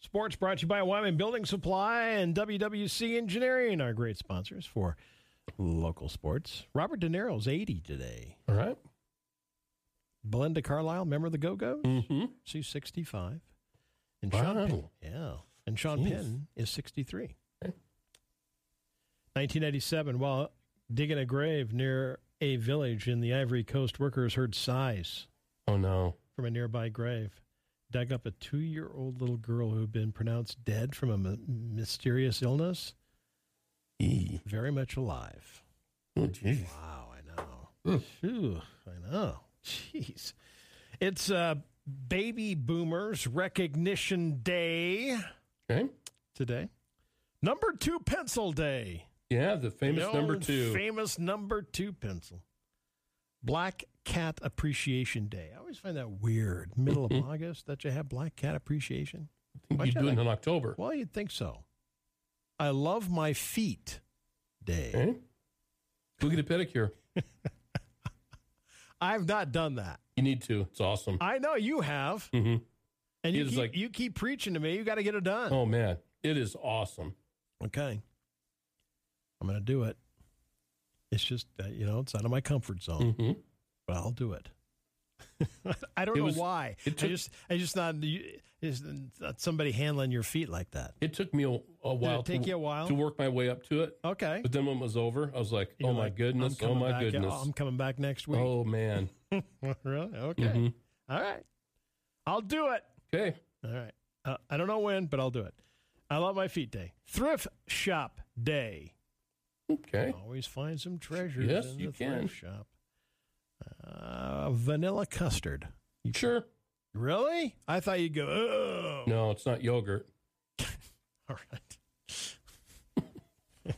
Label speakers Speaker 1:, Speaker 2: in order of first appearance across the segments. Speaker 1: Sports brought to you by Wyman Building Supply and WWC Engineering, our great sponsors for local sports. Robert De Niro's 80 today.
Speaker 2: All right.
Speaker 1: Belinda Carlisle, member of the Go Go's?
Speaker 2: Mm-hmm.
Speaker 1: She's 65. And Sean
Speaker 2: Wow.
Speaker 1: Penn, yeah. And Sean
Speaker 2: Jeez.
Speaker 1: Penn is 63.
Speaker 2: Okay.
Speaker 1: 1987, while digging a grave near a village in the Ivory Coast, workers heard sighs
Speaker 2: Oh no.
Speaker 1: from a nearby grave. Dug up a two year old little girl who had been pronounced dead from a m- mysterious illness,
Speaker 2: E.
Speaker 1: very much alive.
Speaker 2: Oh jeez.
Speaker 1: Wow, I know. Phew, I know. Jeez. It's uh, Baby Boomers Recognition Day
Speaker 2: Okay.
Speaker 1: today. Number two pencil day.
Speaker 2: Yeah, the famous
Speaker 1: The
Speaker 2: number
Speaker 1: old
Speaker 2: two.
Speaker 1: Famous number two pencil. Black Cat Appreciation Day. I always find that weird. Middle of August that you have Black Cat Appreciation.
Speaker 2: I
Speaker 1: Why'd
Speaker 2: think
Speaker 1: you
Speaker 2: you do it
Speaker 1: like-
Speaker 2: in October.
Speaker 1: Well, you'd think so. I love my feet day.
Speaker 2: Okay. Go get a pedicure.
Speaker 1: I've not done that.
Speaker 2: You need to. It's awesome.
Speaker 1: I know you have.
Speaker 2: hmm
Speaker 1: And you
Speaker 2: It is
Speaker 1: keep,
Speaker 2: like-
Speaker 1: you keep preaching to me. You got to get it done.
Speaker 2: Oh man, it is awesome.
Speaker 1: Okay. I'm going to do it. It's just, uh, you know, it's out of my comfort zone,
Speaker 2: hmm
Speaker 1: but I'll do it. I don't
Speaker 2: It
Speaker 1: know
Speaker 2: was-
Speaker 1: why.
Speaker 2: it
Speaker 1: I
Speaker 2: took-
Speaker 1: just, I just not, it's not somebody handling your feet like that.
Speaker 2: It took me a, a while.
Speaker 1: take
Speaker 2: to,
Speaker 1: you a while?
Speaker 2: to work my way up to it?
Speaker 1: Okay.
Speaker 2: But then when it was over, I was like,
Speaker 1: You're
Speaker 2: "Oh my
Speaker 1: like,
Speaker 2: goodness!
Speaker 1: I'm
Speaker 2: Oh
Speaker 1: coming
Speaker 2: my
Speaker 1: back,
Speaker 2: goodness!
Speaker 1: I'm coming back next week.
Speaker 2: oh man!
Speaker 1: really? Okay.
Speaker 2: Mhm.
Speaker 1: All right. I'll do it.
Speaker 2: Okay,
Speaker 1: All right. Uh, I don't know when, but I'll do it. I love my feet day. Thrift shop day.
Speaker 2: okay.
Speaker 1: Always find some treasures
Speaker 2: Yes,
Speaker 1: in
Speaker 2: you
Speaker 1: the thrift shop. Uh, vanilla custard. You-
Speaker 2: Sure.
Speaker 1: Really? I thought you'd go, oh.
Speaker 2: No, it's not yogurt.
Speaker 1: All right.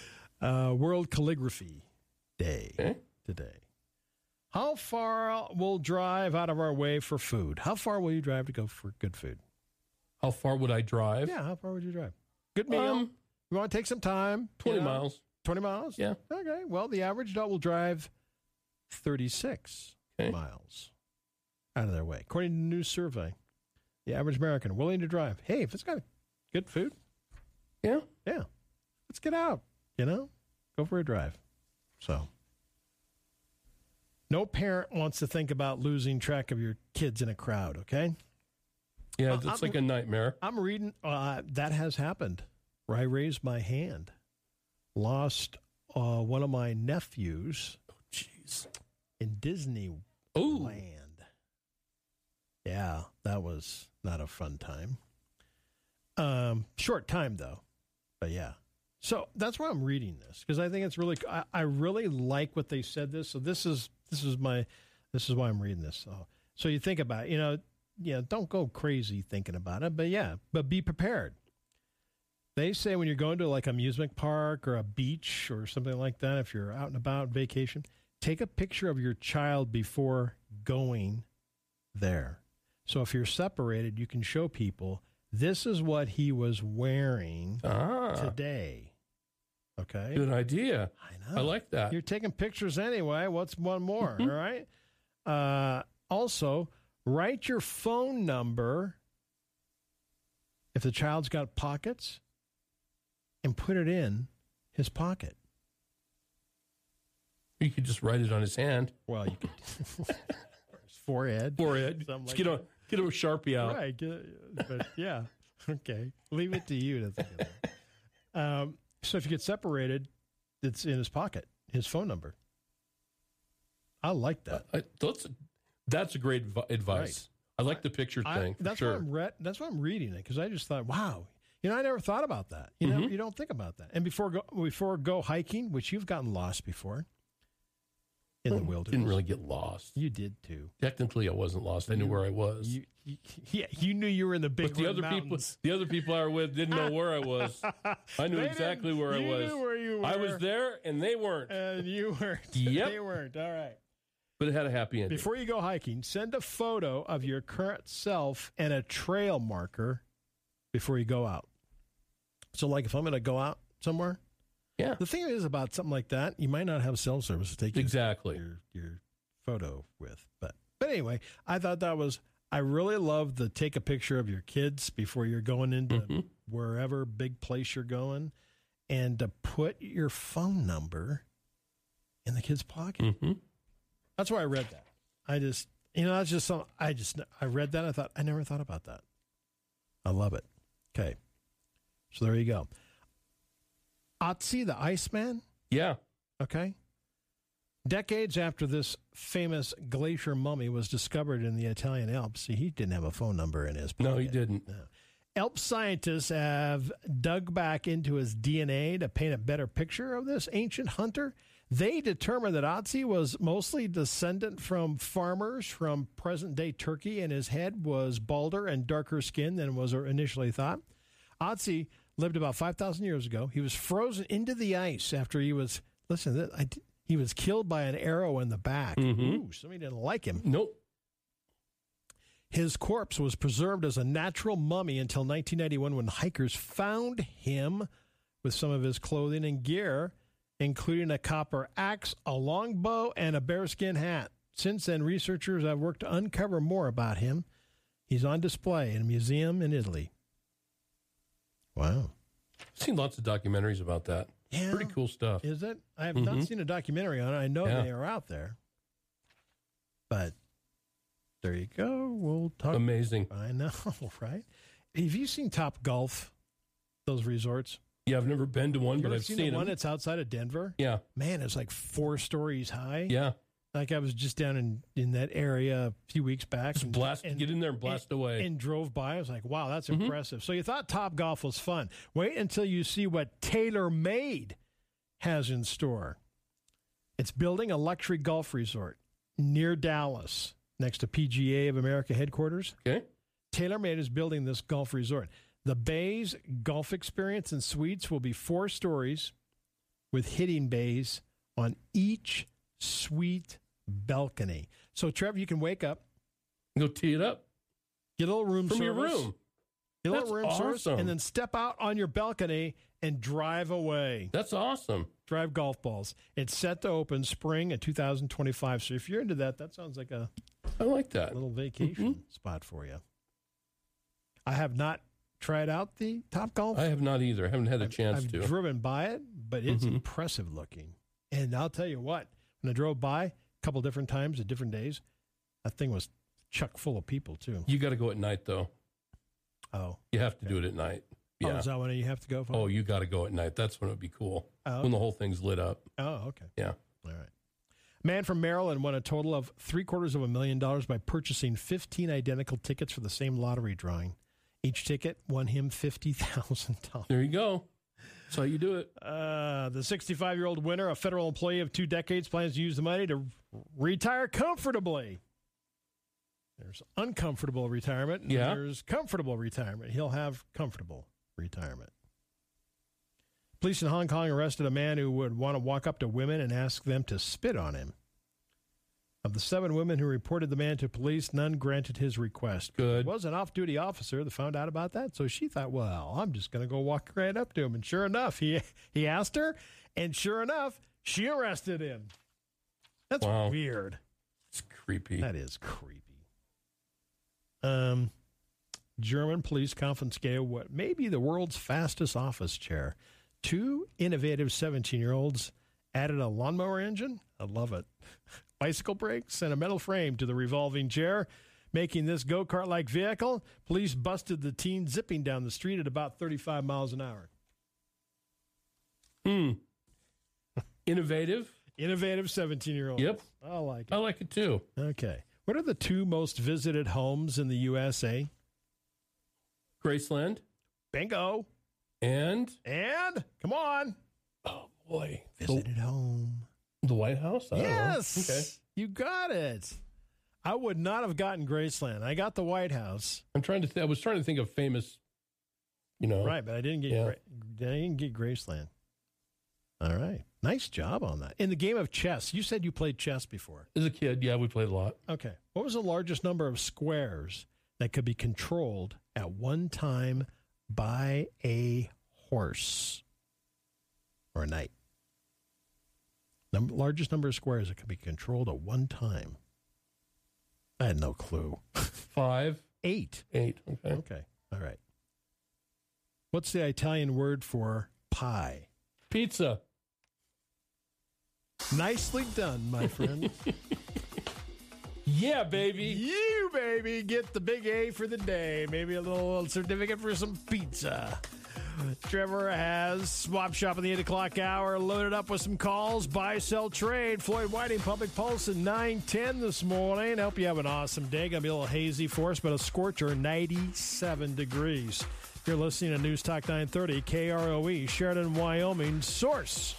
Speaker 1: uh, World Calligraphy Day
Speaker 2: Okay.
Speaker 1: today. How far we'll drive out of our way for food? How far will you drive to go for good food?
Speaker 2: How far would I drive?
Speaker 1: Yeah, how far would you drive? Good meal.
Speaker 2: Um,
Speaker 1: you want to take some time? you
Speaker 2: twenty
Speaker 1: know?
Speaker 2: miles.
Speaker 1: 20 miles?
Speaker 2: Yeah.
Speaker 1: Okay. Well, the average adult will drive 36
Speaker 2: Okay.
Speaker 1: miles out of their way. According to a new survey, the average American willing to drive. Hey, if it's got good food,
Speaker 2: Yeah.
Speaker 1: yeah, let's get out, you know, go for a drive. So, no parent wants to think about losing track of your kids in a crowd, okay?
Speaker 2: Yeah.
Speaker 1: Uh,
Speaker 2: It's
Speaker 1: I'm-
Speaker 2: like a nightmare.
Speaker 1: I'm reading uh, that has happened. Where I raised my hand, lost uh, one of my nephews
Speaker 2: Jeez.
Speaker 1: in Disneyland.
Speaker 2: Oh.
Speaker 1: Yeah, that was not a fun time. Um, short time though, but yeah. So that's why I'm reading this because I think it's really I, I really like what they said this. So this is this is my this is why I'm reading this. So so you think about it, you know yeah don't go crazy thinking about it, but yeah, but be prepared. They say when you're going to like amusement park or a beach or something like that, if you're out and about vacation, take a picture of your child before going there. So if you're separated, you can show people this is what he was wearing
Speaker 2: Ah.
Speaker 1: today. Okay.
Speaker 2: Good idea.
Speaker 1: I Mm-hmm.
Speaker 2: I like that.
Speaker 1: You're taking pictures anyway. What's one more? All right. Uh, also, write your phone number if the child's got pockets and put it in his pocket.
Speaker 2: You could just write it on his hand,
Speaker 1: Well, you could. his forehead.
Speaker 2: forehead.
Speaker 1: Something
Speaker 2: Just
Speaker 1: like
Speaker 2: get a get a Sharpie out.
Speaker 1: Right. get- But yeah. Okay. Leave it to you to think of that. Um, so if you get separated, it's in his pocket, his phone number. I like that.
Speaker 2: Uh, I, that's that's a great advi- advice. I like the picture
Speaker 1: I-
Speaker 2: thing. for
Speaker 1: that's
Speaker 2: sure.
Speaker 1: why I'm re- that's why I'm reading it because I just thought, wow, you know, I never thought about that. You
Speaker 2: Mm-hmm.
Speaker 1: know, you don't think about that. And before go, before go hiking, which you've gotten lost before in the wilderness,
Speaker 2: Oh, Didn't really get lost.
Speaker 1: you did too.
Speaker 2: Technically, I wasn't lost. I knew where I was.
Speaker 1: You, you- yeah, you knew you were in the big.
Speaker 2: but the other
Speaker 1: mountains.
Speaker 2: people, the other people I were with, didn't know where I was. I knew
Speaker 1: They
Speaker 2: exactly
Speaker 1: didn't-
Speaker 2: where I
Speaker 1: you
Speaker 2: was.
Speaker 1: Knew where Uh, you were.
Speaker 2: I was there, and they weren't.
Speaker 1: and you weren't.
Speaker 2: Yep.
Speaker 1: they weren't. All right.
Speaker 2: but it had a happy ending.
Speaker 1: Before you go hiking, send a photo of your current self and a trail marker before you go out. So, like, if I'm going to go out somewhere,
Speaker 2: yeah,
Speaker 1: the thing is about something like that, you might not have cell service to take your-
Speaker 2: exactly.
Speaker 1: your your photo with. But but anyway, I thought that was I really love the take a picture of your kids before you're going into
Speaker 2: Mhm.
Speaker 1: wherever big place you're going and to put your phone number in the kid's pocket.
Speaker 2: Mm-hmm.
Speaker 1: That's why I read that. I just, you know, that's just some. I just, I read that. I thought, I never thought about that. I love it. Okay. So there you go. Otzi the Iceman.
Speaker 2: Yeah.
Speaker 1: Okay. Decades after this famous glacier mummy was discovered in the Italian Alps, see, he didn't have a phone number in his pocket.
Speaker 2: No, he didn't.
Speaker 1: Alp scientists have dug back into his DNA to paint a better picture of this ancient hunter. They determined that Otzi was mostly descendant from farmers from present day Turkey, and his head was balder and darker skinned than was initially thought. Otzi lived about 5,000 years ago. He was frozen into the ice after he was, listen, to this, I, he was killed by an arrow in the back.
Speaker 2: Mhm.
Speaker 1: Ooh, somebody didn't like him.
Speaker 2: Nope.
Speaker 1: His corpse was preserved as a natural mummy until 1991 when hikers found him with some of his clothing and gear, including a copper axe, a long bow, and a bearskin hat. Since then, researchers have worked to uncover more about him. He's on display in a museum in Italy. Wow.
Speaker 2: Seen lots of documentaries about that.
Speaker 1: Yeah.
Speaker 2: Pretty cool stuff.
Speaker 1: Is it? I have
Speaker 2: Mhm.
Speaker 1: not seen a documentary on it. I know
Speaker 2: Yeah.
Speaker 1: they are out there. But there you go. We'll talk
Speaker 2: Amazing.
Speaker 1: I know, right? Have you seen Top Golf? Those resorts.
Speaker 2: Yeah, I've never been to one,
Speaker 1: You
Speaker 2: but
Speaker 1: ever
Speaker 2: I've
Speaker 1: seen
Speaker 2: seen,
Speaker 1: the one
Speaker 2: them.
Speaker 1: that's outside of Denver?
Speaker 2: Yeah.
Speaker 1: Man, it's like four stories high.
Speaker 2: Yeah.
Speaker 1: Like I was just down in in that area a few weeks back.
Speaker 2: Just blast,
Speaker 1: and-
Speaker 2: get in there and blast away.
Speaker 1: and drove by. I was like, wow, that's
Speaker 2: Mhm.
Speaker 1: impressive. So you thought Top Golf was fun. Wait until you see what Taylor Made has in store. It's building a luxury golf resort near Dallas, next to PGA of America headquarters.
Speaker 2: okay.
Speaker 1: TaylorMade is building this golf resort. The Bay's golf experience and suites will be four stories with hitting bays on each suite balcony. So, Trevor, you can wake up,
Speaker 2: Go tee it up
Speaker 1: get a little room
Speaker 2: from your
Speaker 1: service,
Speaker 2: room.
Speaker 1: get a
Speaker 2: That's
Speaker 1: little room service,
Speaker 2: awesome.
Speaker 1: and then step out on your balcony and drive away.
Speaker 2: That's awesome.
Speaker 1: Drive golf balls. It's set to open spring of 2025. So, if you're into that, that sounds like a
Speaker 2: I like that.
Speaker 1: little vacation
Speaker 2: Mm-hmm.
Speaker 1: spot for you. I have not tried out the Top Golf.
Speaker 2: I have not either. I haven't had a
Speaker 1: I've-
Speaker 2: chance
Speaker 1: I've
Speaker 2: to.
Speaker 1: driven by it, but it's
Speaker 2: Mhm.
Speaker 1: impressive looking. And I'll tell you what, when I drove by a couple different times at different days, that thing was chuck full of people too.
Speaker 2: you got to go at night though.
Speaker 1: Oh,
Speaker 2: You have to do it at night.
Speaker 1: oh
Speaker 2: Yeah.
Speaker 1: is that when you have to go for?
Speaker 2: Oh, you got to go at night. That's when it'd be cool.
Speaker 1: Oh,
Speaker 2: When the whole thing's lit up.
Speaker 1: Oh, okay.
Speaker 2: Yeah.
Speaker 1: All right. Man from Maryland won a total of three quarters of a million dollars by purchasing 15 identical tickets for the same lottery drawing. Each ticket won him $50,000.
Speaker 2: There you go. That's how you do it.
Speaker 1: Uh, the 65 year old winner, a federal employee of two decades, plans to use the money to retire comfortably. There's uncomfortable retirement. and
Speaker 2: Yeah.
Speaker 1: There's comfortable retirement. He'll have comfortable retirement. Police in Hong Kong arrested a man who would want to walk up to women and ask them to spit on him. Of the seven women who reported the man to police, none granted his request
Speaker 2: Good.
Speaker 1: was an off-duty officer that found out about that, so she thought, "Well, I'm just going to go walk right up to him." And sure enough, he he asked her, and sure enough, she arrested him. That's
Speaker 2: Wow.
Speaker 1: weird.
Speaker 2: It's creepy.
Speaker 1: That is creepy. Um, German police confiscate what may be the world's fastest office chair. Two innovative 17-year-olds added a lawnmower engine. I love it. Bicycle brakes and a metal frame to the revolving chair, making this go-kart-like vehicle. Police busted the teen zipping down the street at about 35 miles an hour.
Speaker 2: Hmm. Innovative.
Speaker 1: Innovative 17-year-olds.
Speaker 2: Yep.
Speaker 1: I like
Speaker 2: I
Speaker 1: it.
Speaker 2: like it too.
Speaker 1: Okay. What are the two most visited homes in the USA?
Speaker 2: Graceland
Speaker 1: Bingo.
Speaker 2: and
Speaker 1: And come on,
Speaker 2: oh boy,
Speaker 1: visit
Speaker 2: the,
Speaker 1: at home.
Speaker 2: the White House. I don't know.
Speaker 1: yes,
Speaker 2: Okay.
Speaker 1: you got it. I would not have gotten Graceland. I got the White House,
Speaker 2: I'm trying to. Th- I was trying to think of famous. You know.
Speaker 1: right? But I didn't get
Speaker 2: Yeah.
Speaker 1: Gra- I didn't get Graceland. All right, nice job on that. In the game of chess, you said you played chess before.
Speaker 2: As a kid, yeah, we played a lot.
Speaker 1: Okay, what was the largest number of squares that could be controlled at one time by a horse or a knight? Number, largest number of squares that could be controlled at one time. I had no clue.
Speaker 2: Five,
Speaker 1: Eight.
Speaker 2: eight. Okay.
Speaker 1: Okay. All right. What's the Italian word for pie?
Speaker 2: Pizza.
Speaker 1: Nicely done, my friend.
Speaker 2: Yeah, baby.
Speaker 1: you, baby, get the big A for the day. Maybe a little certificate for some pizza. Trevor has Swap Shop in the 8 o'clock hour, loaded up with some calls, buy, sell, trade. Floyd Whiting, Public Pulse at 910 this morning. Hope you have an awesome day. Going to be a little hazy for us, but a scorcher, 97 degrees. You're listening to News Talk 930, KROE, Sheridan, E, Wyoming, source